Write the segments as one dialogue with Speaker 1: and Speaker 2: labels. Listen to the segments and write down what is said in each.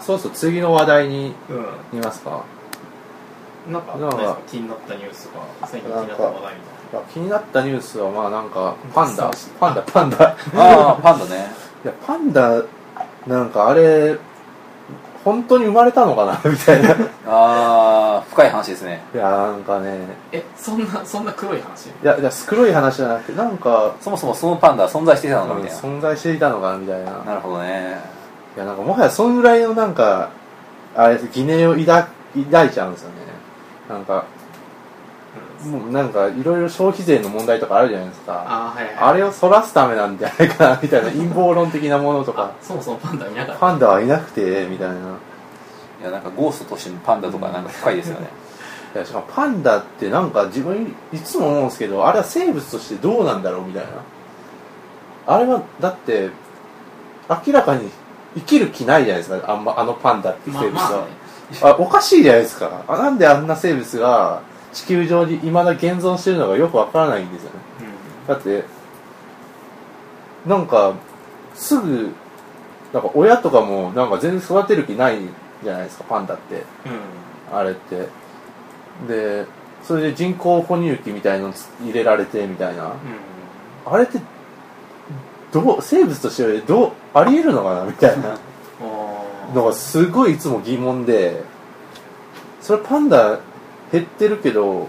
Speaker 1: そうそう次の話題に
Speaker 2: う
Speaker 1: いますか
Speaker 2: んなんか
Speaker 1: なんか
Speaker 2: ないですか気になったニュースとか最近気になった話題みたい
Speaker 1: いや気になったニュースはまあなんかパンダ
Speaker 2: そう
Speaker 1: パンダパンダ
Speaker 3: ああパンダね
Speaker 1: いやパンダなんかあれ本当に生まれたのかな みたいない
Speaker 3: ああ深い話ですね
Speaker 1: やなんかね
Speaker 2: なえそんなそんな黒い話
Speaker 1: いやいや黒い話じゃなくてなんか
Speaker 3: そもそもそのパンダは存在していたのかみたいな、
Speaker 1: 存在していたのかなみたいな
Speaker 3: なるほどね
Speaker 1: いやなんかもはやそんぐらいのなんかあれ疑念を抱抱いちゃうんですよねなんか
Speaker 2: うん
Speaker 1: もうなんかいろいろ消費税の問題とかあるじゃないですか
Speaker 2: あーはいはい
Speaker 1: あれをそらすためなんじゃないかなみたいな陰謀論的なものとか
Speaker 2: あそもそもパンダいなかった
Speaker 1: パンダはいなくてみたいない
Speaker 3: やなんかゴーストとしてのパンダとかなんか深いですよね
Speaker 1: いやしかもパンダってなんか自分いつも思うんですけどあれは生物としてどうなんだろうみたいなあれはだって明らかに生きる気ないじゃないですかあん、まあのパンダって生物は、
Speaker 2: まあ
Speaker 1: あおかしいじゃないですかあなんであんな生物が地球上にいまだ現存してるのかよくわからないんですよねだってなんかすぐなんか親とかもなんか全然育てる気ないじゃないですかパンダって
Speaker 2: うんうん
Speaker 1: あれってでそれで人工哺乳器みたいのつ入れられてみたいなあれってどう生物としてどうありえるのかなみたいな
Speaker 2: うんあー
Speaker 1: のがすごいいつも疑問でそれパンダ減ってるけど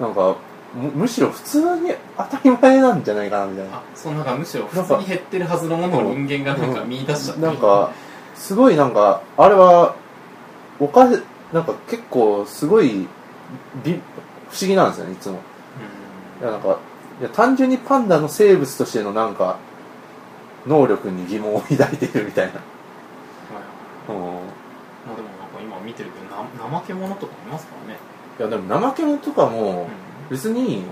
Speaker 1: なんかむむしろ普通に当たり前なんじゃないかなみたいな
Speaker 2: あそうなんかむしろ普通に減ってるはずのものを人間がなんか見出しちゃった
Speaker 1: なんかすごいなんかあれはおかなんか結構すごいび不思議なんですよねいつもいやなんかいや単純にパンダの生物としてのなんか能力に疑問を抱いてるみたいな、
Speaker 2: うん
Speaker 1: う
Speaker 2: はい
Speaker 1: ん、い
Speaker 2: まあでもなんか今見てるけどな怠け者とかいますからね
Speaker 1: やでも怠け者とかも
Speaker 2: う
Speaker 1: 別に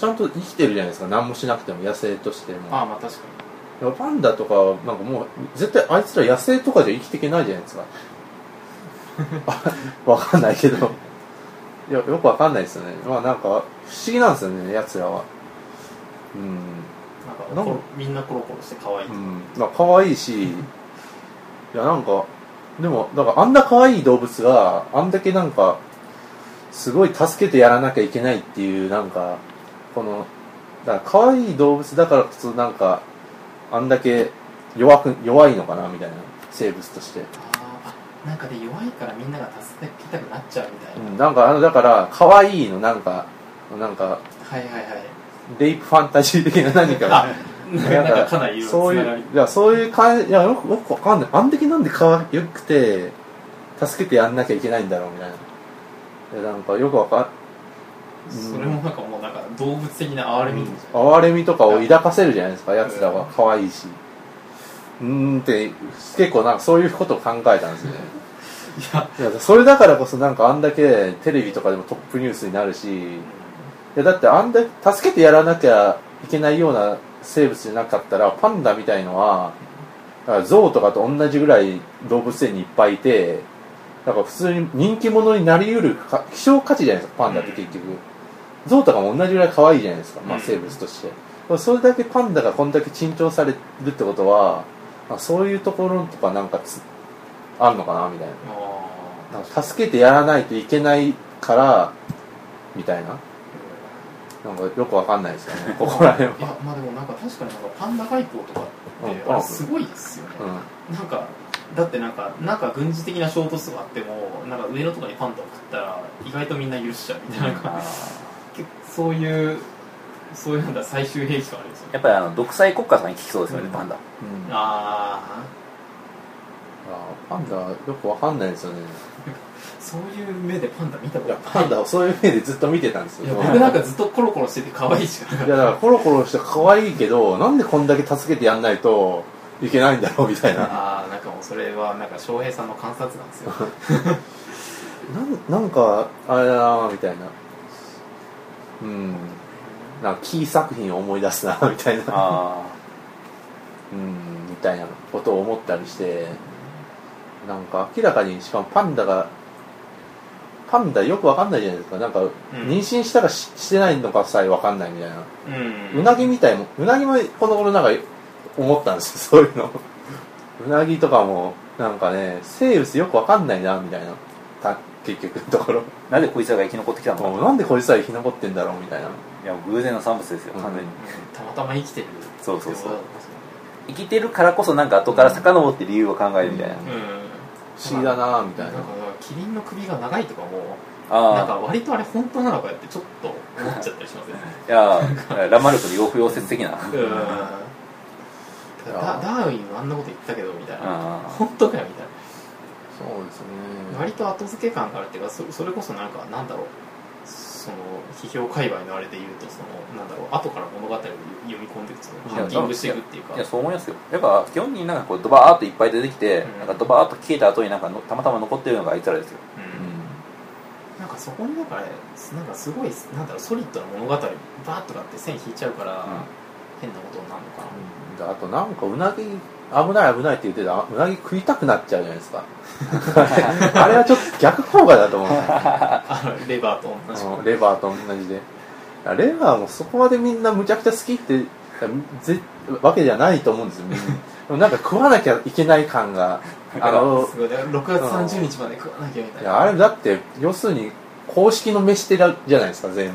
Speaker 1: ちゃんと生きてるじゃないですか何もしなくても野生としても
Speaker 2: んああまあ確か
Speaker 1: でもパンダとかなんかもう絶対あいつら野生とかじゃ生きていけないじゃないですかあわかんないけどいやよくわかんないですよねまあなんか不思議なんですよねやつらはうん
Speaker 2: になんか
Speaker 1: なんか
Speaker 2: コロみんなコロコロして可愛いと
Speaker 1: うん、まあ可愛いし、いやなんか、でも、だからあんな可愛い動物があんだけなんか、すごい助けてやらなきゃいけないっていう、なんか、この、だから可愛い動物だからこそなんか、あんだけ弱く、弱いのかなみたいな、生物として。
Speaker 2: あーあなんかで弱いからみんなが助けたくなっちゃうみたいうな、
Speaker 1: ん、なんか、あの、だから、可愛いのなんか、なんか、
Speaker 2: はいはいはい
Speaker 1: レイプファンタジー的な何かが
Speaker 2: あ なんかかなり色
Speaker 1: そう
Speaker 2: 々つ
Speaker 1: い
Speaker 2: ながり
Speaker 1: ういやそういう感じいやよくよくわかんないあんだけなんで可愛くて助けてやんなきゃいけないんだろうみたいないやなんかよくわかうん
Speaker 2: それもなんかもうなんか動物的な
Speaker 1: ん
Speaker 2: 哀れみみたいな
Speaker 1: 哀れみとかを抱かせるじゃないですかやつらは可愛いしうーんって結構なんかそういうことを考えたんですよね
Speaker 2: いや
Speaker 1: いやそれだからこそなんかあんだけテレビとかでもトップニュースになるしいやだってあんだ助けてやらなきゃいけないような生物じゃなかったらパンダみたいのはだからゾウとかと同じぐらい動物園にいっぱいいてなんか普通に人気者になりうるか希少価値じゃないですかパンダって結局、ゾウとかも同じぐらい可愛いじゃないですか、まあ、
Speaker 2: うん
Speaker 1: 生物として、それだけパンダがこんだけ珍重されるってことはまあそういうところとかなんかつあんのかなみたいな
Speaker 2: あ
Speaker 1: なんか助けてやらないといけないからみたいななんかよくわかんないですよ ね、ここら辺
Speaker 2: ーいや
Speaker 1: は。
Speaker 2: まあでもなんか確かになんかパンダ外交とかって
Speaker 1: うん
Speaker 2: あれすごいですよね、
Speaker 1: うん、
Speaker 2: なんかだってなんかなんか軍事的な衝突とかあってもなんか上野とかにパンダ送ったら意外とみんな許しちゃうみたいななんか
Speaker 3: あ
Speaker 2: 結構そういうそういうなんだ最終兵器とかあるんです よ
Speaker 3: ーや
Speaker 2: ね
Speaker 3: っぱりあの独裁国家とかに効きそうですよね、
Speaker 1: うん
Speaker 3: パンダ
Speaker 1: うんあ
Speaker 2: あ
Speaker 1: パンダよくわかんないですよね。
Speaker 2: あそういう目でパンダ見たこ
Speaker 1: い
Speaker 2: と
Speaker 1: や
Speaker 2: ない、
Speaker 1: パンダをそういう目でずっと見てたんです
Speaker 2: い
Speaker 1: よ。
Speaker 2: や
Speaker 1: いや、
Speaker 2: 僕なんかずっとコロコロしてて可愛いしかなかっ
Speaker 1: だ
Speaker 2: た
Speaker 1: からコロコロして可愛いけど、なんでこんだけ助けてやんないといけないんだろうみたいな。
Speaker 2: ああなんかもうそれはなんか翔平さんの観察なんですよ
Speaker 1: なんなんか、あれだな、みたいな。うん。なんか、キー作品を思い出すな、みたいな。
Speaker 3: あ
Speaker 1: うん、みたいなことを思ったりして、なんか明らかに、しかもパンダが、パンダよくわかんないじゃないですか。なんか、妊娠したかししてないのかさえわかんないみたいな。
Speaker 2: うん
Speaker 1: うなぎみたい も、うなぎもこの頃なんか思ったんですよ、そういうの。うなぎとかも、なんかね生物よくわかんないなみたいなた結局のところ
Speaker 3: なぜこいつらが生き残ってきたのか
Speaker 1: もうなんでこいつら生き残ってんだろうみたいない
Speaker 3: や偶然の産物ですよ
Speaker 1: うん
Speaker 3: 完全に
Speaker 2: たまたま生きてる
Speaker 3: そうそうそう
Speaker 2: って
Speaker 3: 生きてるからこそなんか後から遡って理由を考えるみたいな
Speaker 2: ことだうん
Speaker 1: 不思議だなみた
Speaker 2: ないん
Speaker 1: な
Speaker 2: かキリンの首が長いとかもなん
Speaker 3: あ
Speaker 2: か割とあれ本当なのかよってちょっと思っちゃったりしますよね
Speaker 3: あいやラマルクの洋風溶接的な
Speaker 2: うんだダダーウィンはあんなこと言ったけどみたいな
Speaker 3: あ
Speaker 2: 本当かよみたい
Speaker 1: そうです
Speaker 2: な
Speaker 1: ね
Speaker 2: 割と後付け感があるっていうかそそれこそなんかなんだろうその批評界隈のあれで言うとそのなんだろう後から物語を読み込んでいくそのハッキングしていくっていうか
Speaker 3: いやそう思いますよやっぱ基本になんかこうドバーっといっぱい出てきて、
Speaker 2: うん
Speaker 3: なんかドバーっと消えた後になんかのたまたま残ってるのがあいつらですよ、
Speaker 2: うんなんかそこにだからなんかすごいなんだろうソリッドな物語バーッとかって線引いちゃうから、変なことになるのかな
Speaker 1: うんであとなんかうなぎ危ない危ないって言ってたうなぎ食いたくなっちゃうじゃないですか あれはちょっと逆効果だと思う
Speaker 2: あのレバーと同じ
Speaker 1: うんレバーと同じでレバーもそこまでみんなむちゃくちゃ好きってぜわけじゃないと思うんですよみんなでもなんか食わなきゃいけない感があの
Speaker 2: すごいね6月30日まで食わなきゃみたい
Speaker 1: い
Speaker 2: な
Speaker 1: やあれだって要するに公式の飯テラじゃないですか全部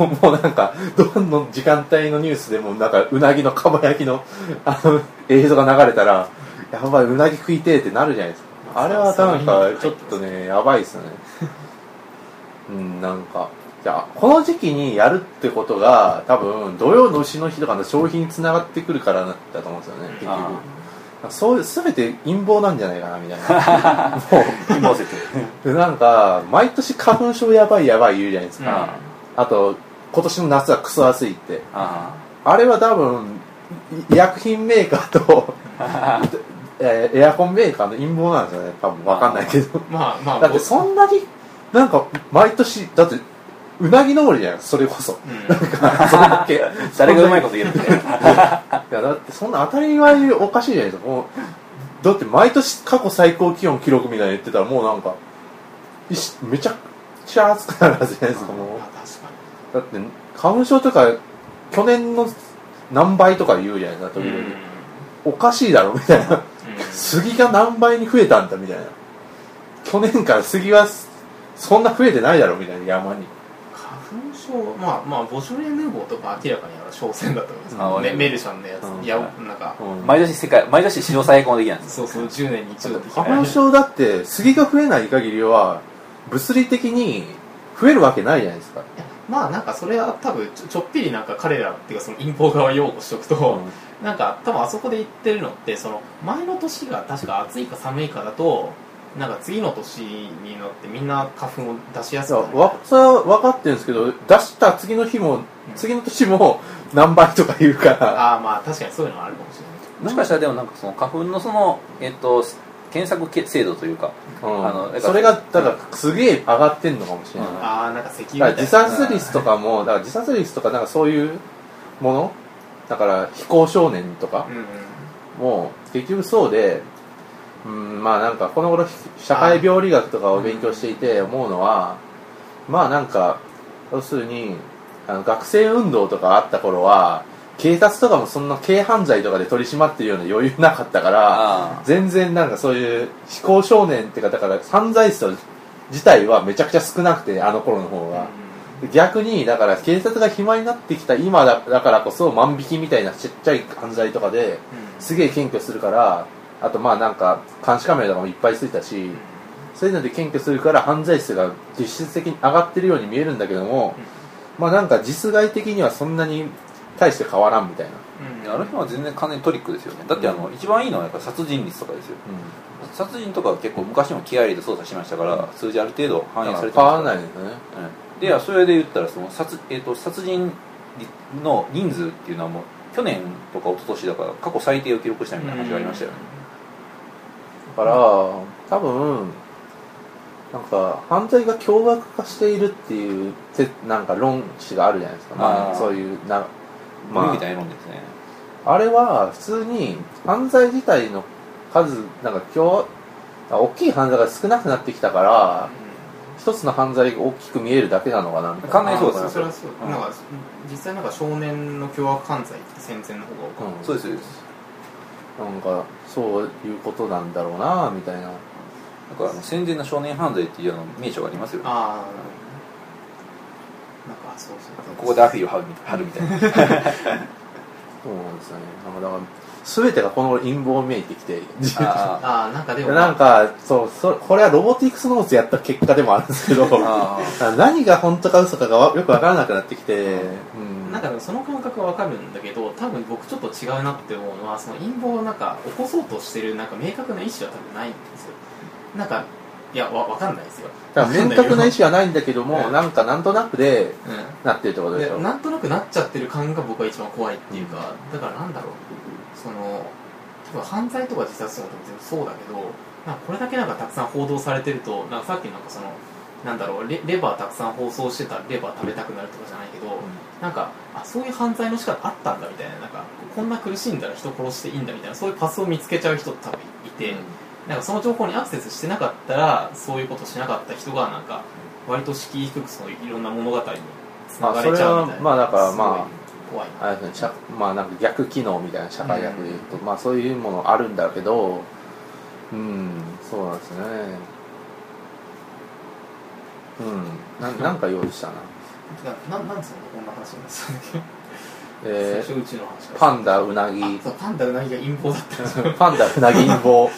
Speaker 2: うん
Speaker 1: こうもうなんかどの時間帯のニュースでもなんかうなぎのかば焼きの あの映像が流れたらやばいうなぎ食いてえってなるじゃないですかあれはなんかちょっとねやばい ですよねうんなんかいやこの時期にやるってことが多分土曜の牛の日とかの消費につながってくるからだと思うんですよね結
Speaker 3: あ
Speaker 1: 局そういう全て陰謀なんじゃないかなみたい なも
Speaker 3: うん、今説
Speaker 1: うでなんか毎年花粉症やばいやばい言うじゃないですか、
Speaker 3: あ
Speaker 1: あと今年の夏はクソ暑いって
Speaker 3: あ
Speaker 1: あれは多分い医薬品メーカー とえーエアコンメーカーの陰謀なんですよね多分わかんないけど
Speaker 2: まあまあ
Speaker 1: だってそんなになんか毎年だってうなぎ登りじゃんそれこそ
Speaker 2: うん
Speaker 1: そんだけ
Speaker 3: 誰がうまいこと言えるんだよ
Speaker 1: いやだってそんな当たり前おかしいじゃないですかもうだって毎年過去最高気温記録みたいなの言ってたらもうなんかいしめちゃくちゃ暑くなるはずじゃないですかもう
Speaker 2: まあ確か
Speaker 1: だって花粉症とか去年の何倍とか言うじゃないですか
Speaker 2: に
Speaker 1: 時
Speaker 2: うん
Speaker 1: 々、おかしいだろみたいな杉が何倍に増えたんだみたいな去年から杉はそんな増えてないだろみたいな山に
Speaker 2: 花粉症まあまあボショレ・ヌーボーとか明らかにあの商戦だと思います
Speaker 3: あ
Speaker 2: ね
Speaker 3: 我々
Speaker 2: メルシャンのやつ、
Speaker 1: うん
Speaker 2: いやなんか
Speaker 1: うん
Speaker 3: 毎年世界毎年史上最高の出来なんです
Speaker 2: そうそう10年に一度って聞いた
Speaker 1: 花粉症だって杉が増えない限りは物理的に増えるわけないじゃないですか、
Speaker 2: いやまあなんかそれは多分ちょちょっぴりなんか彼らっていうかその陰謀側擁護しとくと、なんか多分あそこで言ってるのってその前の年が確か暑いか寒いかだとなんか次の年になってみんな花粉を出しやす
Speaker 1: そ
Speaker 2: く
Speaker 1: う
Speaker 2: なる
Speaker 1: わそれは分かってるんですけど出した次の日も次の年も何倍とか言うから
Speaker 2: ああまあ確かにそういうのはあるかもしれない
Speaker 3: もしかしたらでもなんかその花粉のそのえっと検索け制度というか、
Speaker 1: うん
Speaker 3: あの
Speaker 1: それがだからすげえ上がってんのかもしれない、
Speaker 3: うん
Speaker 2: ああなんか石
Speaker 1: だから
Speaker 2: 油みたい
Speaker 1: 自
Speaker 2: な
Speaker 1: 殺率とかも、だから自殺率とかなんかそういうもの、だから非行少年とか
Speaker 2: うんうん
Speaker 1: も結局そうで、うん、まあなんかこの頃ひ社会病理学とかを勉強していて思うのは、まあなんか、要するに、あの学生運動とかあった頃は、警察とかもそんな軽犯罪とかで取り締まってるような余裕なかったから、
Speaker 3: あ
Speaker 1: 全然なんかそういう非行少年ってか、だから犯罪者自体はめちゃくちゃ少なくて、あの頃の方が。逆にだから警察が暇になってきた今だだからこそ万引きみたいなちっちゃい犯罪とかで
Speaker 2: うん
Speaker 1: すげえ検挙するからあとまあなんか監視カメラとかもいっぱいついたしそういうので検挙するから犯罪数が実質的に上がってるように見えるんだけどもまあなんか実害的にはそんなに大して変わらんみたいな、
Speaker 2: うん
Speaker 3: あの辺は全然完全にトリックですよねだってあの一番いいのはやっぱ殺人率とかですよ殺人とかは結構昔も気合入れて捜査しましたから数字ある程度
Speaker 1: だ
Speaker 3: 反映さ
Speaker 1: か
Speaker 3: れ
Speaker 1: ら
Speaker 3: て
Speaker 1: 変
Speaker 3: ま
Speaker 1: わ
Speaker 3: す
Speaker 1: らないですよね
Speaker 3: うんでそれで言ったらその殺,、えー、と殺人の人数っていうのはもう去年とか一昨年だから過去最低を記録したみたいな話がありましたよね、
Speaker 1: だから多分なんか犯罪が凶悪化しているっていうてなんか論旨があるじゃないですか、ま
Speaker 3: あ
Speaker 1: あ、
Speaker 3: ー
Speaker 1: そういうな
Speaker 3: うん、
Speaker 1: まあ
Speaker 3: みたいなもんですね
Speaker 1: あれは普通に犯罪自体の数なんか今日大きい犯罪が少なくなってきたから一つの犯罪が大きく見えるだけなのかなみたいな
Speaker 3: 完全にそうです
Speaker 2: あ
Speaker 3: よ
Speaker 2: ーそれはそう
Speaker 3: うん
Speaker 2: なんか実際なんか少年の凶悪犯罪って戦前の方が多かっ
Speaker 1: うん
Speaker 3: そうですそうです
Speaker 1: なんかそういうことなんだろうなみたいな
Speaker 3: だからあの戦前の少年犯罪っていうあの名所がありますよね
Speaker 2: ああなんかそうそう
Speaker 3: ここで悪意を張るみたい張るみたいな
Speaker 1: そうなんですよねなんかだから全てがこの陰謀めいてきて
Speaker 3: あ
Speaker 2: ああなんかでも
Speaker 1: なんかそうそこれはロボティクスノーツやった結果でもあるんですけど
Speaker 3: ーあー
Speaker 1: 何が本当か嘘かがわよくわからなくなってきて、うん、
Speaker 2: なんかその感覚はわかるんだけど多分僕ちょっと違うなって思うのはその陰謀をなんか起こそうとしてるなんか明確な意思は多分ないんですよなんかいやわわかんないですよ
Speaker 1: だから明確な意思はないんだけども、
Speaker 2: うん
Speaker 1: なんかなんとなくでなってるってこ
Speaker 2: う
Speaker 1: と
Speaker 2: ん
Speaker 1: で
Speaker 2: で
Speaker 1: しょ
Speaker 2: なんとなくなっちゃってる感が僕は一番怖いっていうか、だからなんだろうその多分犯罪とか自殺とかも全部そうだけどなんかこれだけなんかたくさん報道されてるとなんかさっきなんかそのなんだろうレレバーたくさん放送してたらレバー食べたくなるとかじゃないけど、なんかあそういう犯罪の仕方あったんだみたいななんかこんな苦しんだら人殺していいんだみたいなそういうパスを見つけちゃう人って多分いて、なんかその情報にアクセスしてなかったらそういうことしなかった人がなんか割と敷居低くそのいろんな物語につながれちゃうみたい
Speaker 1: まあそれは
Speaker 2: な
Speaker 1: まあだからまあ
Speaker 2: すごい怖いな
Speaker 1: あれですね社まあなんか逆機能みたいな社会学でいうと、まあそういうものあるんだけどうんそうなんですねうんななんか用意したな
Speaker 2: なななんつうのこんな話になってたんだっけ、最
Speaker 1: え
Speaker 2: 初
Speaker 1: ー、
Speaker 2: 宇宙の話から
Speaker 1: パンダうなぎ
Speaker 2: あそうパンダうなぎが陰謀だった、
Speaker 1: パンダうなぎ陰謀い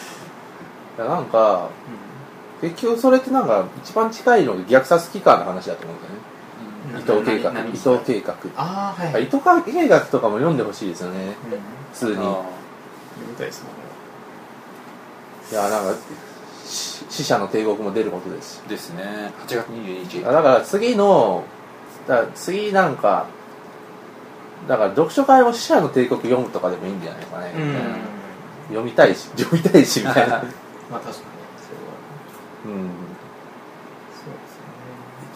Speaker 1: やなんか結局それってなんか一番近いのが虐殺機関の話だと思うんだよね
Speaker 2: うん
Speaker 1: 伊藤計画
Speaker 2: なな
Speaker 1: 伊藤
Speaker 2: 何
Speaker 1: 計画
Speaker 2: ああはい、
Speaker 1: 伊藤計画とかも読んでほしいですよね
Speaker 2: うん、読
Speaker 1: 普通に
Speaker 3: あ
Speaker 2: みたいですね
Speaker 1: いやなんかし死者の帝国も出ることですし
Speaker 3: ーですね8月22日
Speaker 1: あだから次のだから次なんかだから読書会を死者の帝国読むとかでもいいんじゃないかね、
Speaker 2: うん
Speaker 1: 読みたいし 読みたいしみたいな うん伊
Speaker 2: まあ確かにそれはそ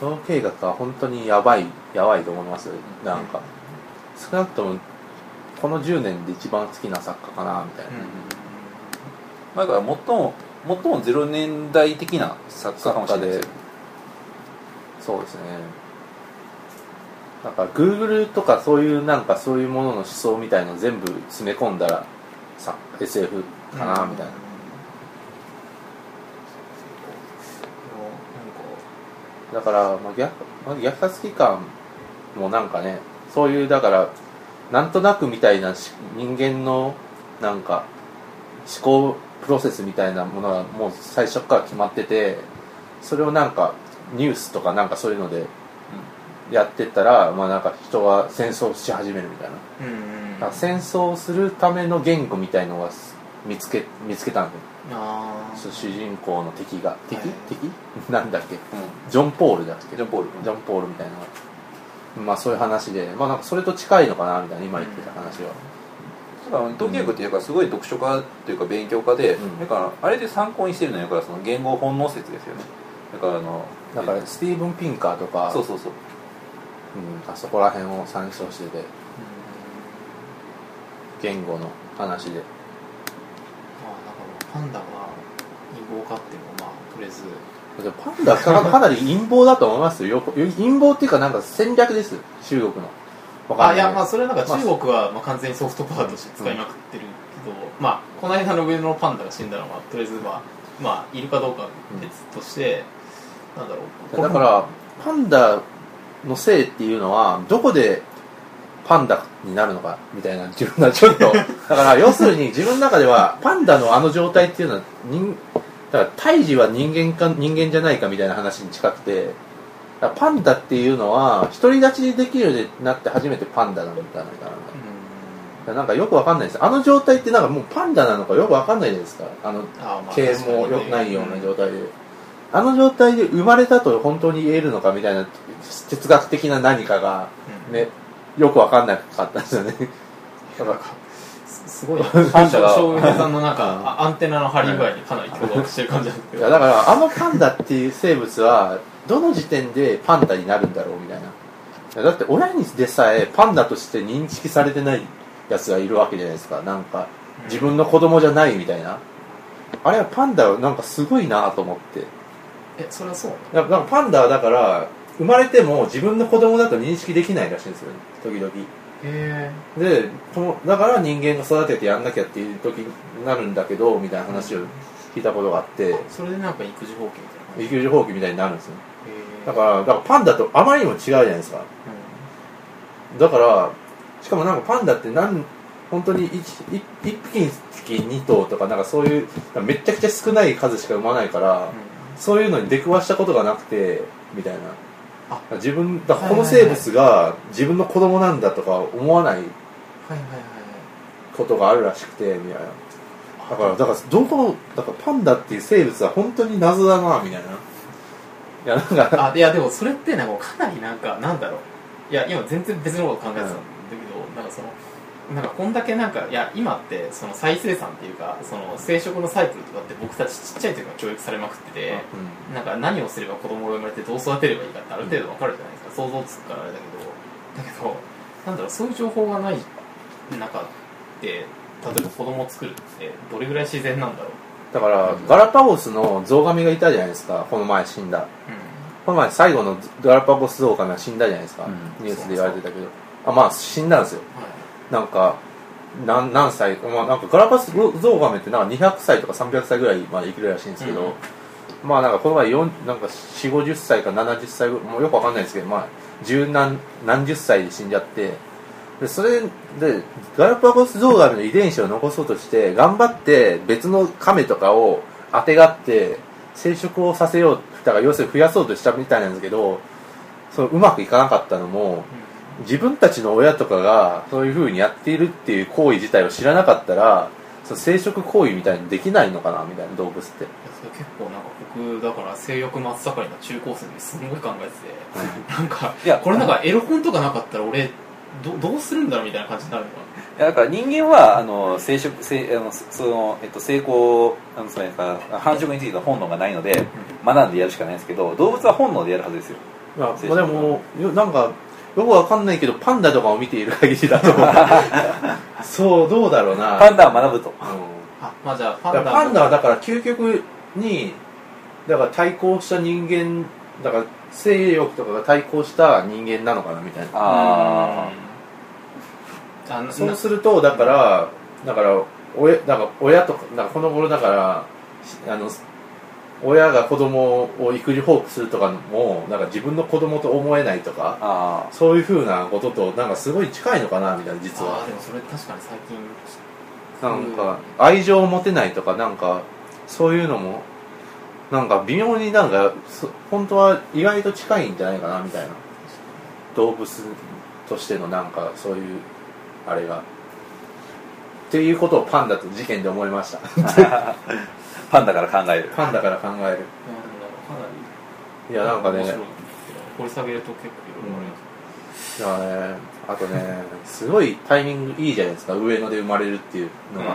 Speaker 2: うです
Speaker 1: 藤計
Speaker 2: ね
Speaker 1: 画は本当にやばいやばいと思いますよなんか少なくともこの10年で一番好きな作家かなみたいな、
Speaker 3: まあだから最も最も0年代的な作家かもしれないですよ
Speaker 1: そうですねなんか Google とかそういうなんかそういうものの思想みたいの全部詰め込んだらさ SF かなみたいな、だから、まあ、逆まあ虐殺期間もなんかねそういうだからなんとなくみたいなし人間のなんか思考プロセスみたいなものがもう最初から決まっててそれをなんかニュースとかなんかそういうのでやってったら、まあなんか人は戦争し始めるみたいな
Speaker 2: うんうんう
Speaker 1: だ
Speaker 2: ん
Speaker 1: から戦争をするための言語みたいのが見つけ見つけたんで
Speaker 2: あ
Speaker 1: すよ主人公の敵が敵、
Speaker 2: はい
Speaker 1: 敵なんだっけ
Speaker 3: う
Speaker 1: ジョン・ポールだっけ
Speaker 3: んジョン・ポール
Speaker 1: ジョン・ポールみたいなのがまあそういう話でまあなんかそれと近いのかなみたいな今言ってた話は、
Speaker 3: だから東京ってやっぱすごい読書家というか勉強家で、
Speaker 1: うん
Speaker 3: だからあれで参考にしてるのはやっぱその言語本能説ですよねだからあの
Speaker 1: だからスティーブン・ピンカーとか
Speaker 3: そうそうそう
Speaker 1: うんあそこら辺を参照してて言語の話で
Speaker 2: まあだからパンダが陰謀かっていうのはまあとりあえず
Speaker 1: でもパンダはかかなり陰謀だと思いますよよく陰謀っていうかなんか戦略です中国のわか
Speaker 2: あ
Speaker 1: んないい
Speaker 2: やまあそれはなんか中国はまあ完全にソフトパワーとして使いまくってるけど、まあこの間の上野のパンダが死んだのはとりあえずまあまあいるかどうかは別として、なんだろう
Speaker 1: だからパンダのせいっていうのはどこでパンダになるのかみたいな自分がちょっとだから要するに自分の中ではパンダのあの状態っていうのは人だから胎児は人間か人間じゃないかみたいな話に近くてだからパンダっていうのは独り立ちでできるようになって初めてパンダなんじゃないかな
Speaker 2: うん
Speaker 1: なんかよくわかんないですあの状態ってなんかもうパンダなのかよくわかんないじゃないですかあの
Speaker 2: あまあ
Speaker 1: 啓蒙よないような状態で、あの状態で生まれたと本当に言えるのかみたいな哲学的な何かが、
Speaker 2: うん
Speaker 1: ね、よく分かんなかったんですよね
Speaker 2: いやなんかすすごい
Speaker 1: パンダが
Speaker 2: 照明さんのなんか あアンテナの張り具合にかなり共感してる感じなんですけ
Speaker 1: い
Speaker 2: ど
Speaker 1: やだからあのパンダっていう生物はどの時点でパンダになるんだろうみたいないやだって親にでさえパンダとして認識されてないやつがいるわけじゃないですかなんか自分の子供じゃないみたいなあれはパンダはなんかすごいなと思って
Speaker 2: えそれはそう
Speaker 1: だからパンダはだから生まれても自分の子供だと認識できないらしいんですよね時々
Speaker 2: へ
Speaker 1: でこのだから人間が育ててやんなきゃっていう時になるんだけどみたいな話を聞いたことがあって
Speaker 2: えそれでなんか育児放棄みたいな感じへ
Speaker 1: 育児放棄みたいになるんですよね
Speaker 2: え
Speaker 1: だからだからパンダとあまりにも違うじゃないですかだからしかもなんかパンダってなん本当に 1, 1匹につき2頭とかなんかそういうめちゃくちゃ少ない数しか産まないから
Speaker 2: うんうん
Speaker 1: そういうのに出くわしたことがなくてみたい
Speaker 2: あ
Speaker 1: な自分だからこの生物が自分の子供なんだとか思わない
Speaker 2: はいはいはいはい
Speaker 1: ことがあるらしくてみたいなだからだからどこだからパンダっていう生物は本当に謎だなみたいないやなんか
Speaker 2: あいやでもそれってなんかかなりなんかなんだろういや今全然別のこと考えてたんだけど、なんかそのなんかこんだけなんかいや今ってその再生産っていうかその生殖のサイクルとかって僕たちちっちゃい時から教育されまくってて、
Speaker 1: う
Speaker 2: なんか何をすれば子供が生まれてどう育てればいいかってある程度わかるじゃないですか、想像つくからあれだけどだけどなんだろうそういう情報がない中で例えば子供を作るってどれぐらい自然なんだろう、
Speaker 1: んだからガラパゴスのゾウガメがいたじゃないですかこの前死んだこの前最後のガラパゴスゾウガメは死んだじゃないですか、
Speaker 3: うん
Speaker 1: ニュースで言われてたけどあまあ死んだんですよ
Speaker 2: う
Speaker 1: なんかなん何歳、まあ、なんかガラパゴスゾウガメってなんか200歳とか300歳ぐらいまで生きるらしいんですけど、まあなんかこの前4なんか4 5 0歳か70歳ぐらいもうよくわかんないですけどまあ十何何十歳で死んじゃってでそれでガラパゴスゾウガメの遺伝子を残そうとして頑張って別のカメとかをあてがって生殖をさせようだから要するに増やそうとしたみたいなんですけどそのうまくいかなかったのも自分たちの親とかがそういうふうにやっているっていう行為自体を知らなかったらその生殖行為みたいにできないのかなみたいな動物って
Speaker 2: それ結構なんか僕だから性欲真っ盛りの中高生ですんごい考えてて、なんか
Speaker 3: いや
Speaker 2: これなんかエロ本とかなかったら俺どどうするんだろうみたいな感じになるのか
Speaker 3: いやだから人間はあの生殖生あのそその、えっと、成功あのつまりなんか繁殖についての本能がないので学んでやるしかないですけど動物は本能でやるはずですよ
Speaker 1: いや
Speaker 3: 生
Speaker 1: ま
Speaker 3: 殖
Speaker 1: あでもよなんかよくわかんないけどパンダとかを見ている限りだと そうどうだろうな
Speaker 3: パンダは学ぶと
Speaker 1: うん
Speaker 2: なあまあじゃあパ
Speaker 1: だ
Speaker 2: ン
Speaker 1: か
Speaker 2: ダ
Speaker 1: らパンダはだから究極にだから対抗した人間だから性欲とかが対抗した人間なのかなみたいな
Speaker 3: あ
Speaker 2: うんあな
Speaker 1: そうするとだからだから親だから親とかだからこの頃だからしあの親が子供を育児放棄するとかもなんか自分の子供と思えないと
Speaker 3: ー
Speaker 1: か
Speaker 3: あ
Speaker 1: そういうふうなこととなんかすごい近いのかなみたいな実
Speaker 2: あー
Speaker 1: は
Speaker 2: でもそれ確かに最近
Speaker 1: なんか愛情を持てないとかなんかそういうのもなんか微妙になんかそ本当は意外と近いんじゃないかなみたいな動物としてのなんかそういうあれがっていうことをパンダと事件で思いました
Speaker 3: ーパンダから考える
Speaker 1: パンダから考える
Speaker 2: かな
Speaker 1: い
Speaker 2: り
Speaker 1: やなんかね
Speaker 2: 面白い掘り下げると結構いろいろ
Speaker 1: い
Speaker 2: あります
Speaker 1: やねあとねすごいタイミングいいじゃないですか上野で生まれるっていうのが、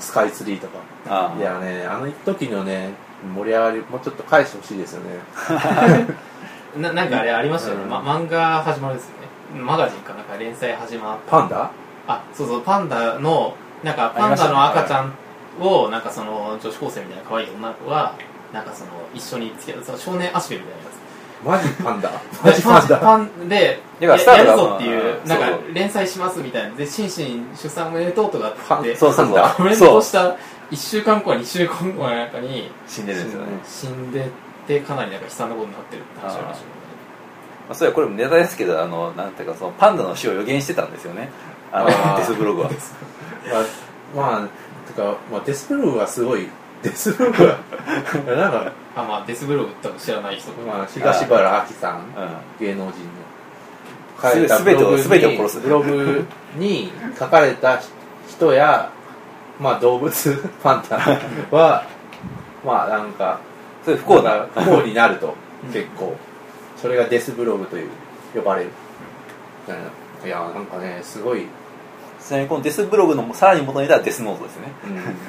Speaker 1: スカイツリーとか
Speaker 3: あー
Speaker 1: いやねあの時のね盛り上がりもうちょっと返してほしいですよね
Speaker 2: ななんかあれありましたよね、
Speaker 1: うん
Speaker 2: ま、漫画始まるんですよねマガジンかなんか連載始まっ
Speaker 1: パンダ
Speaker 2: あそうそうパンダのなんか
Speaker 3: あり
Speaker 2: パ
Speaker 3: ま
Speaker 2: ン
Speaker 3: した
Speaker 2: ダ
Speaker 3: ね
Speaker 2: の赤ちゃんをなんかその女子高生みたいな可愛い女の子はなんかその一緒に付き合うその少年アシベみたいなやつ
Speaker 1: マジパ ンダマジパンダ
Speaker 2: パンで
Speaker 3: だから
Speaker 2: や
Speaker 3: スタート
Speaker 2: や
Speaker 3: が
Speaker 2: るぞっていう
Speaker 3: うん
Speaker 2: なん
Speaker 3: そう
Speaker 2: か連載しますみたいなで心身出産おめでとうとか
Speaker 1: パ
Speaker 2: って
Speaker 1: ン
Speaker 3: そうそうそう
Speaker 2: コメン
Speaker 3: そ
Speaker 2: ト
Speaker 3: う
Speaker 2: した1週間後か2週間後の中に
Speaker 3: 死んでるんですよね
Speaker 2: 死んでてかなりなんか悲惨なことになってるって話ありましたよね
Speaker 3: まあ、それはこれもネタですけどあのなんていうかそのパンダの死を予言してたんですよねあ
Speaker 1: あ
Speaker 3: の
Speaker 1: ー
Speaker 3: デスブログは
Speaker 1: まあまあてか、まあ、デスブログはすごいデスブログ はなんか、
Speaker 2: あまあデスブログ多分知らない人も
Speaker 1: まあ、東原亜希さ
Speaker 3: う
Speaker 1: ん芸能人の
Speaker 3: すべ
Speaker 1: ブログに
Speaker 3: すべてを殺す
Speaker 1: ブログに書かれた人や、まあ、動物パンダはまあなんか
Speaker 3: んそれ不幸だ
Speaker 1: な不幸になると
Speaker 2: うん
Speaker 1: 結構それがデスブログという呼ばれるみたいないやなんかねすごい、うん
Speaker 3: ちなみにこのデスブログのさらに元にいたデスノートですね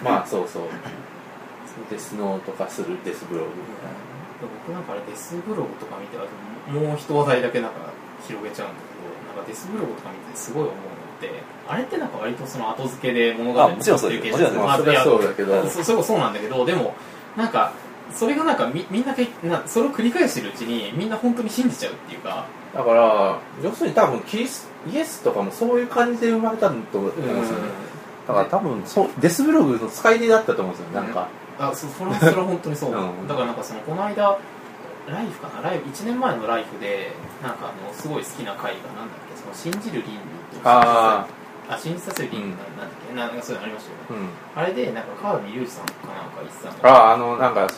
Speaker 1: まあそうそうデスノーとかするデスブログ
Speaker 2: 僕なんかあれデスブログとか見てあともう一話題だけなんか広げちゃうんだけどなんかデスブログとか見てすごい思うのってあれってなんか割とその後付けで物語
Speaker 3: あもちろんそうです
Speaker 2: 系
Speaker 3: もちろん
Speaker 1: まあそ
Speaker 2: い
Speaker 1: れは
Speaker 2: や
Speaker 1: そうだけど
Speaker 2: そそれこそそうなんだけどでもなんかそれがなんかみみんなけなそれを繰り返してるうちにみんな本当に信じちゃうっていうか
Speaker 1: だから要するに多分キリスイエスとかもそういう感じで生まれたんだと思うん
Speaker 2: う
Speaker 1: ですよね
Speaker 2: ん
Speaker 1: だから多分そうデスブログの使い手だったと思うんですよなんか、
Speaker 2: あそそれはそれは本当にそう、
Speaker 1: うん
Speaker 2: だからなんかそのこの間ライフかなライフ1年前のライフでなんかあのすごい好きな回がなんだっけその信じる倫理と
Speaker 1: あ
Speaker 2: あ信じさせる倫理なんだっけ、なんかそういうのありましたよね
Speaker 1: あ、うん、
Speaker 2: あれでなんか川見裕二さんかなんか言ってたの
Speaker 1: あああのなんか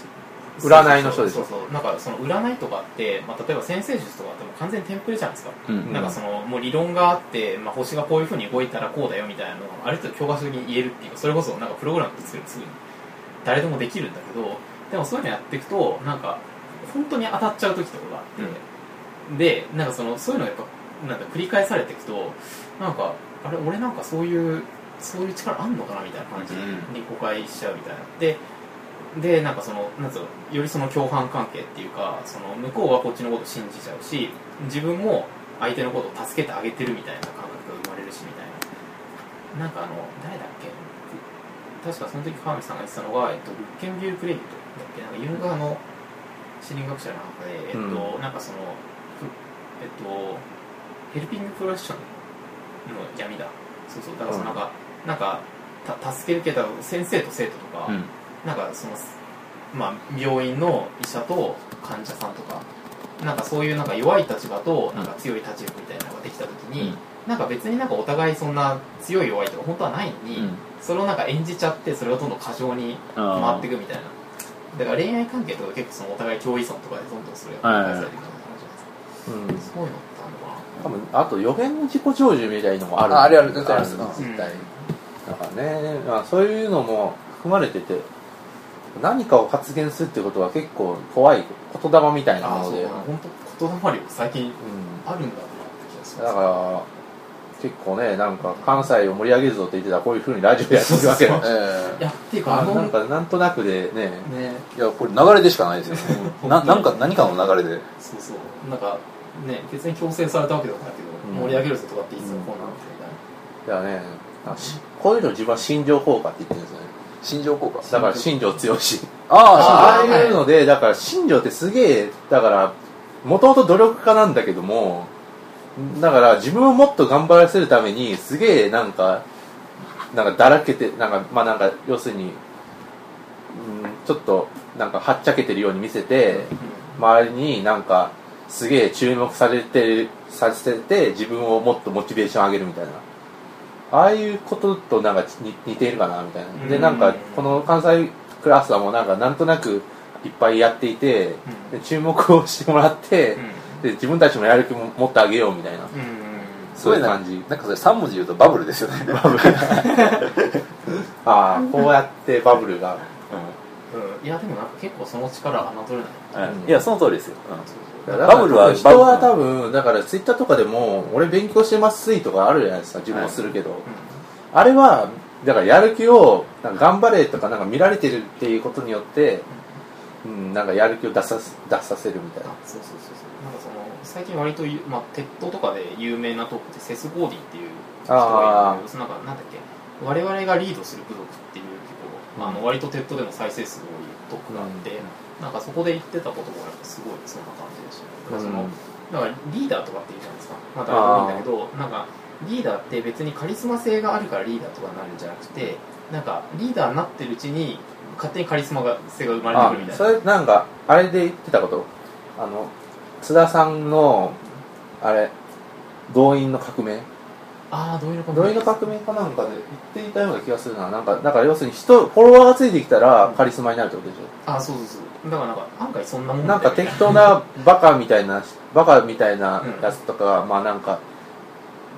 Speaker 1: 占いの人でし
Speaker 2: そ
Speaker 1: ょ
Speaker 2: うそうそうなんかその占いとかって、まあ、例えば先生術とかってもう完全にテンプレじゃないですか、
Speaker 3: うん
Speaker 2: なんかそのもう理論があって、まあ、星がこういうふうに動いたらこうだよみたいなのをある程度教科書的に言えるっていうかそれこそなんかプログラム作るすぐに誰でもできるんだけどでもそういうのやっていくとなんか本当に当たっちゃう時とかがあって、でなんかそのそういうのがやっぱなんか繰り返されていくとなんかあれ俺なんかそういうそういう力あんのかなみたいな感じに誤解しちゃうみたいな、ででなんかそのなんつうのよりその共犯関係っていうかその向こうはこっちのことを信じちゃうし自分も相手のことを助けてあげてるみたいな感覚が生まれるしみたいななんかあの誰だっけ確かその時川口さんが言ってたのが「えっと、物件ビュープレイト」だっけなんかユンガーの心理学者の中で、えっと
Speaker 1: う
Speaker 2: なんかそのふえっとヘルピングプロフェッショナルの闇だそうそうだからそのなんか、なんかた助けるけど先生と生徒とか、
Speaker 3: うん
Speaker 2: なんかその、まあ、病院の医者と患者さんとかなんかそういうなんか弱い立場となんか強い立場みたいなのができた時に、
Speaker 3: うん
Speaker 2: なんか別になんかお互いそんな強い弱いとか本当はないのに、
Speaker 3: うん
Speaker 2: それをなんか演じちゃってそれがどんどん過剰に回っていくみたいなだから恋愛関係とか結構そのお互い共依存とかでどんどんそれが繰り返されていくような感じじゃないですか、
Speaker 1: うん、
Speaker 2: そういうのってあるのかな
Speaker 1: 多分あと予言の自己成就みたいのもある
Speaker 4: ああるある絶対ある
Speaker 1: んで
Speaker 4: う
Speaker 1: す
Speaker 4: ん絶対
Speaker 1: だからね、まあ、そういうのも含まれてて何かを発言するってことは結構怖い言霊みたいな
Speaker 2: ああ
Speaker 1: も
Speaker 2: そ
Speaker 1: の
Speaker 2: う
Speaker 1: で
Speaker 2: だな本当言霊力最近
Speaker 1: う
Speaker 2: あるんだろうなって気がし
Speaker 1: ん、
Speaker 2: ま
Speaker 1: だ
Speaker 2: す
Speaker 1: から結構ねなんか関西を盛り上げるぞって言ってたらこういうふうにラジオやってるわけだ
Speaker 2: そうそういやっていうかあの
Speaker 1: なんかなんとなくでね
Speaker 2: ね
Speaker 4: いやこれ流れでしかないです よねななんか何かの流れで
Speaker 2: そうそうなんかね別に強制されたわけでもないけど、
Speaker 1: うん
Speaker 2: 盛り上げるぞとかっていつもこうなんてみたいな、
Speaker 1: いやねなんかしこういうの自分は心情効果って言ってるんですよね
Speaker 4: 心情効果
Speaker 1: だから心情強いし
Speaker 4: あ
Speaker 1: あ
Speaker 4: あ
Speaker 1: あいうので、だから新庄ってすげえだからもともと努力家なんだけどもだから自分をもっと頑張らせるためにすげえなんかなんかだらけてなんかまあなんか要するに、うん、ちょっとなんかはっちゃけてるように見せて周りになんかすげえ注目されてるさせて自分をもっとモチベーション上げるみたいなああいうこととなんか似似ているかなみたいなで
Speaker 2: うん
Speaker 1: なんかこの関西クラスはもうなんかなんとなくいっぱいやっていてで注目をしてもらってで自分たちもやる気も持ってあげようみたいな
Speaker 2: うんうん
Speaker 4: す
Speaker 1: そ
Speaker 4: ご
Speaker 1: うい
Speaker 4: いうな
Speaker 1: 感じ
Speaker 4: なんかそれ3文字言うとバブルですよ ねバブル
Speaker 1: ああこうやってバブルが
Speaker 2: うんうんいやでもなんか結構その力侮れない
Speaker 3: いやその通りですよ、
Speaker 1: バ
Speaker 3: バ
Speaker 1: ブ
Speaker 3: ブ
Speaker 1: ル
Speaker 3: ル
Speaker 1: は
Speaker 3: は
Speaker 1: 人は多分だからツイッターとかでも俺勉強してますツイートがあるじゃないですか自分もするけど、あれは、だからやる気を、なんか頑張れとか、なんか見られてるっていうことによって、うん、なんかやる気を出さす出させるみたいな
Speaker 2: あ。そうそうそうそうなんかその最近割とゆ、まあ、鉄塔とかで有名なトークでセス・ゴーディンっていう人がいるんだけどなんかなんだっけ我々がリードする部族っていう結構、あの割と鉄塔でも再生数が多いトークがあって、なんかそこで言ってたこともやっぱすごいそんな感じでしたねだからその、だからリーダーとかっていいじゃないですかまあ誰でもいいんだけどなんかリーダーって別にカリスマ性があるからリーダーとかになるんじゃなくてなんかリーダーになってるうちに勝手にカリスマが性が生まれて
Speaker 1: あ
Speaker 2: くるみたい
Speaker 1: そ
Speaker 2: な
Speaker 1: れなんか、あれで言ってたこと、あの、津田さんの、あれ、動員の革命
Speaker 2: ああどういうのか
Speaker 1: 動員の革命かなんかで言っていたような気がするな。なんか、だから要するに人、フォロワーがついてきたらカリスマになるってことでしょ。
Speaker 2: あそうそうそうだからなんか案外そんなもんだ
Speaker 1: なんか
Speaker 2: よみたい
Speaker 1: 適当なバカみたいな、バカみたいなやつとか、まあなんか、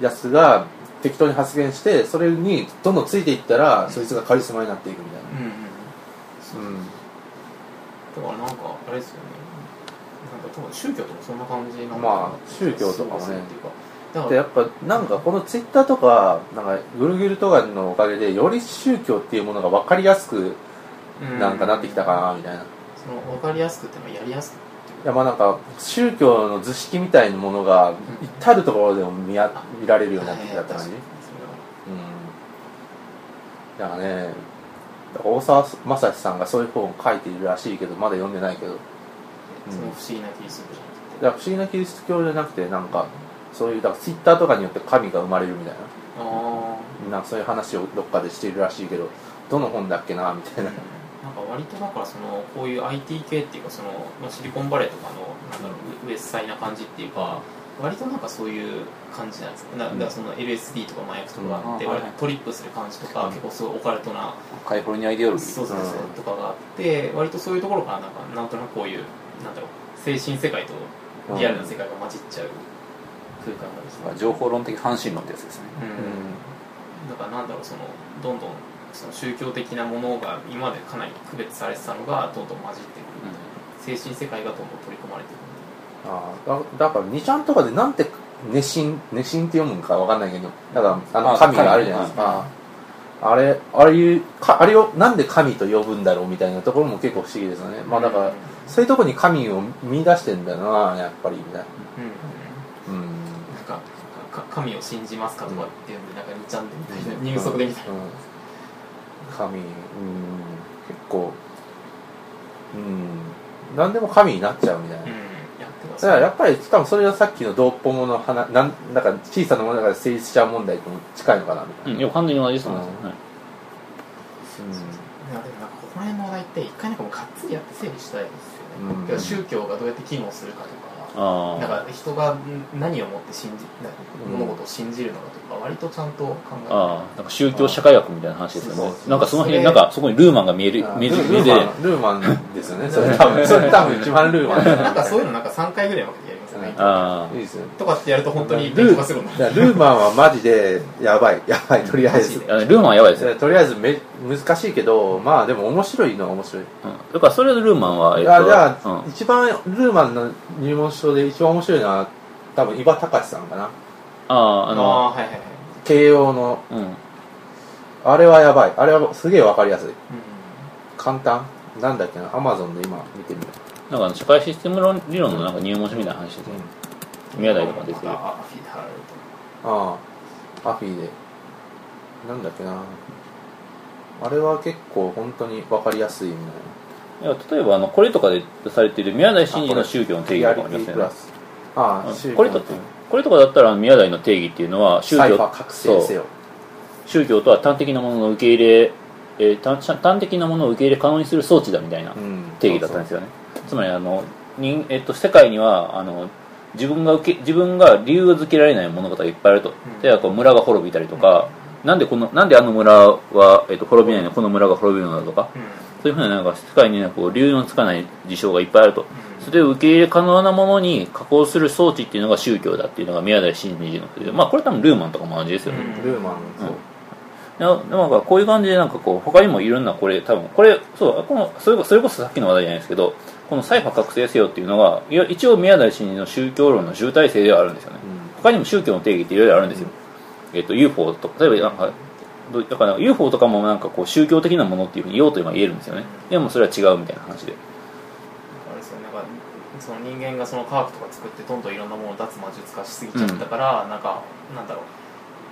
Speaker 1: やつが適当に発言して、それにどんどんついていったら、そいつがカリスマになっていくみたいな。
Speaker 2: うんうん
Speaker 1: うん。
Speaker 2: だからなんかあれですよねなんか多分宗教ともそんな感じなのかな
Speaker 1: まあ宗教とかもね
Speaker 2: そうそうっていうかだか
Speaker 1: で、
Speaker 2: ら
Speaker 1: やっぱなんかこのツイッターとか、なんかぐるぐるとかのおかげで、より宗教っていうものが分かりやすく
Speaker 2: うん
Speaker 1: なんかなってきたかな、みたいな。い
Speaker 2: その分かりやすくっていうのはやりやすくっていうか
Speaker 1: や、まあなんか、宗教の図式みたいなものが、至るところでも見や見られるようになってきたって感じ
Speaker 2: はい。それは
Speaker 1: うん、だからねだから大沢正史さんがそういう本を書いているらしいけどまだ読んでないけど
Speaker 2: その不思議なキリスト教じゃなくて
Speaker 1: だから不思議なキリスト教じゃなくてなんかそういうだからツイッターとかによって神が生まれるみたい
Speaker 2: あ
Speaker 1: ななんかそういう話をどっかでしているらしいけどどの本だっけなみたいな
Speaker 2: ーなんか割とだからそのこういう IT 系っていうかその、まあ、シリコンバレーとかのなんだろうウエスサイな感じっていうか割となんかそういう感じなんですかだだからその LSD とか麻薬とかがあって
Speaker 3: うんあー
Speaker 2: 割とトリップする感じとか結構すごいオカルトな
Speaker 3: カリフォルニアイデオロギー
Speaker 2: そうそうそう
Speaker 1: うん
Speaker 2: とかがあって割とそういうところからなんかなんとなくこういうなんだろう精神世界とリアルな世界が混じっちゃう空間なんですね
Speaker 3: 情報論的半身論ってやつですね
Speaker 2: うんだからなんだろうそのどんどんその宗教的なものが今までかなり区別されてたのがどんどん混じってくる精神世界がどんどん取り込まれてくる
Speaker 1: ああだだから2ちゃんとかでなんて熱心 熱心って読むんかわかんないけどだからあの
Speaker 3: あ
Speaker 1: 神があるじゃないです
Speaker 3: 神
Speaker 1: かあれああいうかあれをなんで神と呼ぶんだろうみたいなところも結構不思議ですよねまあだからそういうとこに神を見出してんだよなやっぱりみたいな
Speaker 2: うん、うん
Speaker 1: うん
Speaker 2: なんかか神を信じますかとかっていうんでなんか2ちゃんでみたいな入足でみたいな、
Speaker 1: うん神うん結構うん何でも神になっちゃうみたいな、
Speaker 2: うんやってます
Speaker 1: だからやっぱりしかもそれはさっきの同っぽもの話なんなんか小さなものだから成立しちゃう問題とも近いのかなみた
Speaker 5: う
Speaker 1: い
Speaker 5: ん、
Speaker 1: な、
Speaker 5: いや完全に同じです同じです
Speaker 1: うん
Speaker 5: は
Speaker 2: い
Speaker 5: い
Speaker 2: やでもなんかここら辺の話題って一回なんかもうがっつりやって整理したいですよね、
Speaker 1: うん
Speaker 2: だから宗教がどうやって機能するかとか、
Speaker 5: あ
Speaker 2: なんか人が何をもって信じな
Speaker 1: うん
Speaker 2: 物事を信じるのかとか割とちゃんと考えて
Speaker 5: ああなんか宗教社会学みたいな話ですよ
Speaker 1: そう
Speaker 5: ね
Speaker 1: そうそう
Speaker 5: なんかその辺
Speaker 2: それ
Speaker 5: なんかそこにルーマンが見える
Speaker 1: あ
Speaker 5: 見え
Speaker 1: ル
Speaker 5: る
Speaker 1: ー
Speaker 5: 見えて
Speaker 1: ルーマンルーマンです よねそれ多分それ多分一番ルーマン
Speaker 2: なんかそういう
Speaker 1: う
Speaker 2: のなんか3回ぐらい分けてやりますよね、
Speaker 5: ああ
Speaker 1: いいですよね
Speaker 2: とかってやると本当に勉強がするもんな
Speaker 1: だからルーマンはマジでやばいやばいとりあえず
Speaker 5: いやルーマンはやばいですよ、
Speaker 1: とりあえずめ難しいけどまあでも面白いのは面白い、
Speaker 5: うん、だからそれでルーマンはえっと
Speaker 1: あじゃあ、
Speaker 5: うん、
Speaker 1: 一番ルーマンの入門書で一番面白いのは多分伊庭隆さんかな
Speaker 5: あああ
Speaker 2: あ
Speaker 5: の
Speaker 2: あはいはいはい、
Speaker 1: 慶応の
Speaker 5: うん
Speaker 1: あれはやばいあれはすげえわかりやすい
Speaker 2: うん
Speaker 1: 簡単なんだっけなアマゾンで今見てみる、
Speaker 5: なんかあの社会システム論理論のなんか入門書みたいな話ですね宮台とか出てる
Speaker 2: またアフィタルとか
Speaker 1: ああアフィでなんだっけなあれは結構本当にわかりやすいみたいない
Speaker 5: や例えばあのこれとかで出されている宮台真司の宗教の定義とかあります
Speaker 1: TRT
Speaker 5: よ
Speaker 1: プ
Speaker 5: ね
Speaker 1: ラスああ、
Speaker 5: う
Speaker 1: 宗
Speaker 5: ん
Speaker 1: 教
Speaker 5: これとこれとかだったらあの宮台の定義っていうのは宗
Speaker 1: サイファ
Speaker 5: 教
Speaker 1: ー覚醒せよ
Speaker 5: 宗教とは端的なものの受け入れ、えー端端的なものを受け入れ可能にする装置だみたいな
Speaker 1: うん
Speaker 5: 定義だったんですよね、つまりあの人、えっと、世界にはあの自分が受け自分が理由を付けられない物事がいっぱいあると、
Speaker 2: ん
Speaker 5: 例えばこう村が滅びたりとか、なんでこのなんであの村は、えっと、滅びないのこの村が滅びるのだとか
Speaker 2: うんうん
Speaker 5: そういうふうななんか世界にはこう理由のつかない事象がいっぱいあるとそれを受け入れ可能なものに加工する装置っていうのが宗教だっていうのが宮台真司のまあこれ多分ルーマンとかも同じですよね、
Speaker 2: うん
Speaker 1: ルーマンそう、
Speaker 5: ななんかこういう感じでなんかこう他にもいろんなこれ多分これそうこのそれこそれこそさっきの話題じゃないですけどこの「サイファ覚醒せよ」っていうのがいや一応宮台真司の宗教論の集大成ではあるんですよね
Speaker 1: うん
Speaker 5: 他にも宗教の定義っていろいろあるんですよ、えっと UFO とか例えばなんかどうだから UFO とかもなんかこう宗教的なものっていうふうに用と今言えるんですよねでもそれは違うみたいな話で
Speaker 2: あれですよねなんかその人間がその科学とか作ってどんどんいろんなものを脱魔術化しすぎちゃったから、なんかなんだろう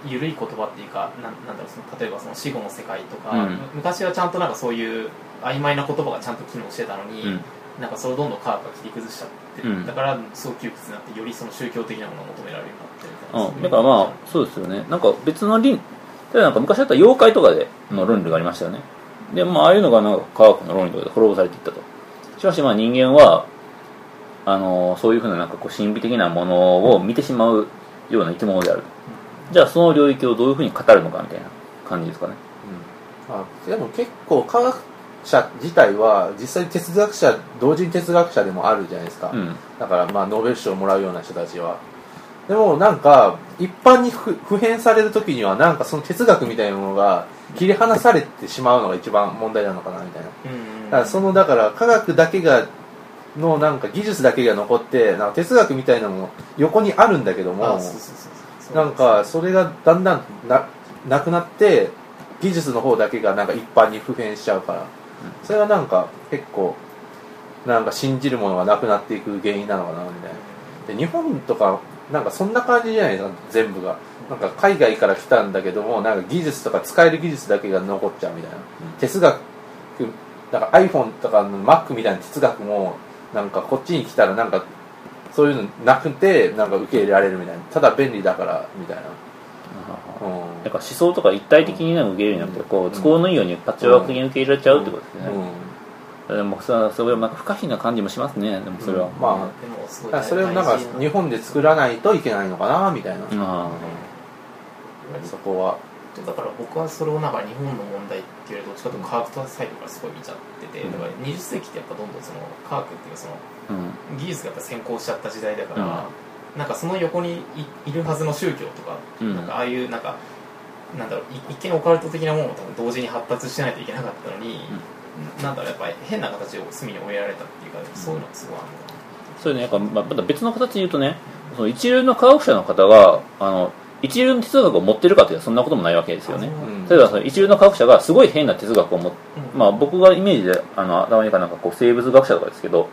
Speaker 2: 緩い言葉っていうかなんなんだろうその例えばその死後の世界とか、
Speaker 5: うん
Speaker 2: む昔はちゃんとなんかそういう曖昧な言葉がちゃんと機能してたのに、
Speaker 5: うん
Speaker 2: なんかそれをどんどん科学が切り崩しちゃって、
Speaker 5: うん
Speaker 2: だからそう窮屈になってよりその宗教的なものを求められるようになってるみたいな
Speaker 5: うん、だからまあそうですよねなんか別の倫例えばなんか昔だったら妖怪とかでの論理がありましたよねでまあああいうのがなんか科学の論理とかで滅ぼされていったとしかしまあ人間はあのそういうふうななんかこう神秘的なものを見てしまうような生き物であるじゃあその領域をどういうふうに語るのかみたいな感じですかね
Speaker 1: あでも結構科学者自体は実際に哲学者同時に哲学者でもあるじゃないですか、
Speaker 5: うん
Speaker 1: だからまあノーベル賞をもらうような人たちはでもなんか一般にふ普遍される時にはなんかその哲学みたいなものが切り離されてしまうのが一番問題なのかなみたいな
Speaker 2: うん
Speaker 1: だからそのだから科学だけがのなんか技術だけが残ってなんか哲学みたいなのも横にあるんだけども
Speaker 2: あそうそうそうそ
Speaker 1: な
Speaker 2: う
Speaker 1: んかそれがだんだんななくなって技術の方だけがなんか一般に普遍しちゃうからそれがなんか結構なんか信じるものがなくなっていく原因なのかなみたいなで日本とかなんかそんな感じじゃないですか全部がなんか海外から来たんだけどもなんか技術とか使える技術だけが残っちゃうみたいな哲学なんか iPhone とかの Mac みたいな哲学もなんかこっちに来たらなんかそういうのなくてなんか受け入れられるみたいなただ便利だからみたいな、うん
Speaker 5: なんか思想とか一体的になんか受け入れるんじゃなくてこう都合のいいようにパッチワーク的に受け入れちゃうってことですね、でもさそれはなんか不可避な感じもしますねでもそれは、
Speaker 1: うんま
Speaker 2: でもす
Speaker 1: あだ
Speaker 2: ごい
Speaker 1: からそれをなんか
Speaker 2: 大事
Speaker 1: 日本で作らないといけないのかなみたいな、
Speaker 5: あ
Speaker 1: そこは
Speaker 2: だから僕はそれをなんか日本の問題っていうよりどっちかというと科学サイトからすごい見ちゃってて、
Speaker 5: うん
Speaker 2: だから20世紀ってやっぱどんどんその科学っていうかその
Speaker 5: あうん
Speaker 2: 技術がやっぱ先行しちゃった時代だから、なんかその横にいいるはずの宗教とか,、
Speaker 5: うん
Speaker 2: なんかああいうなんかなんだろうい一見オカルト的なものも多分同時に発達してないといけなかったのに、なんだろうやっぱり変な形を隅に追いやられたっていうかそういうのがすごいあるのかな
Speaker 5: それねなんか、まあ、また別の形で言うとねその一流の科学者の方があの一流の哲学を持ってるかというとそんなこともないわけですよね
Speaker 2: あそう
Speaker 1: うん
Speaker 5: 例えばその一流の科学者がすごい変な哲学を持って、
Speaker 2: うん
Speaker 5: まあ、僕がイメージであの頭にかなんかこう生物学者とかですけど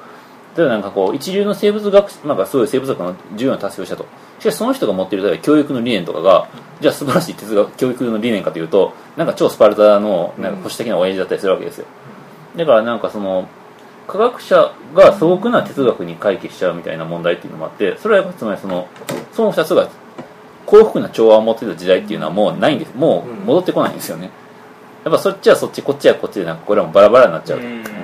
Speaker 5: 例えばなんかこう一流の生物学者なんかすごい生物学の重要な達成をしたとしかしその人が持っている例えば教育の理念とかがじゃあ素晴らしい哲学教育の理念かというとなんか超スパルタのなんか保守的な親父だったりするわけですよだからなんかその科学者が素朴な哲学に回帰しちゃうみたいな問題っていうのもあってそれはやっぱつまりそのその2つが幸福な調和を持ってた時代っていうのはもうないんですもう戻ってこないんですよねやっぱそっちはそっちこっちはこっちでなんかこれはもうバラバラになっちゃうと
Speaker 2: うんだか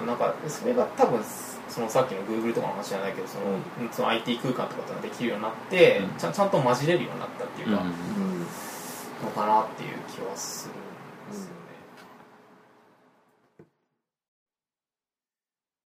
Speaker 2: らなんかそれが多分そのさっきの Google とかの話じゃないけどその,、その IT 空間とかってのができるようになって、
Speaker 5: うん
Speaker 2: ちゃんちゃんと混じれるようになったっていう
Speaker 5: う
Speaker 2: か、
Speaker 5: ん
Speaker 2: のかなっていう気はするんですよね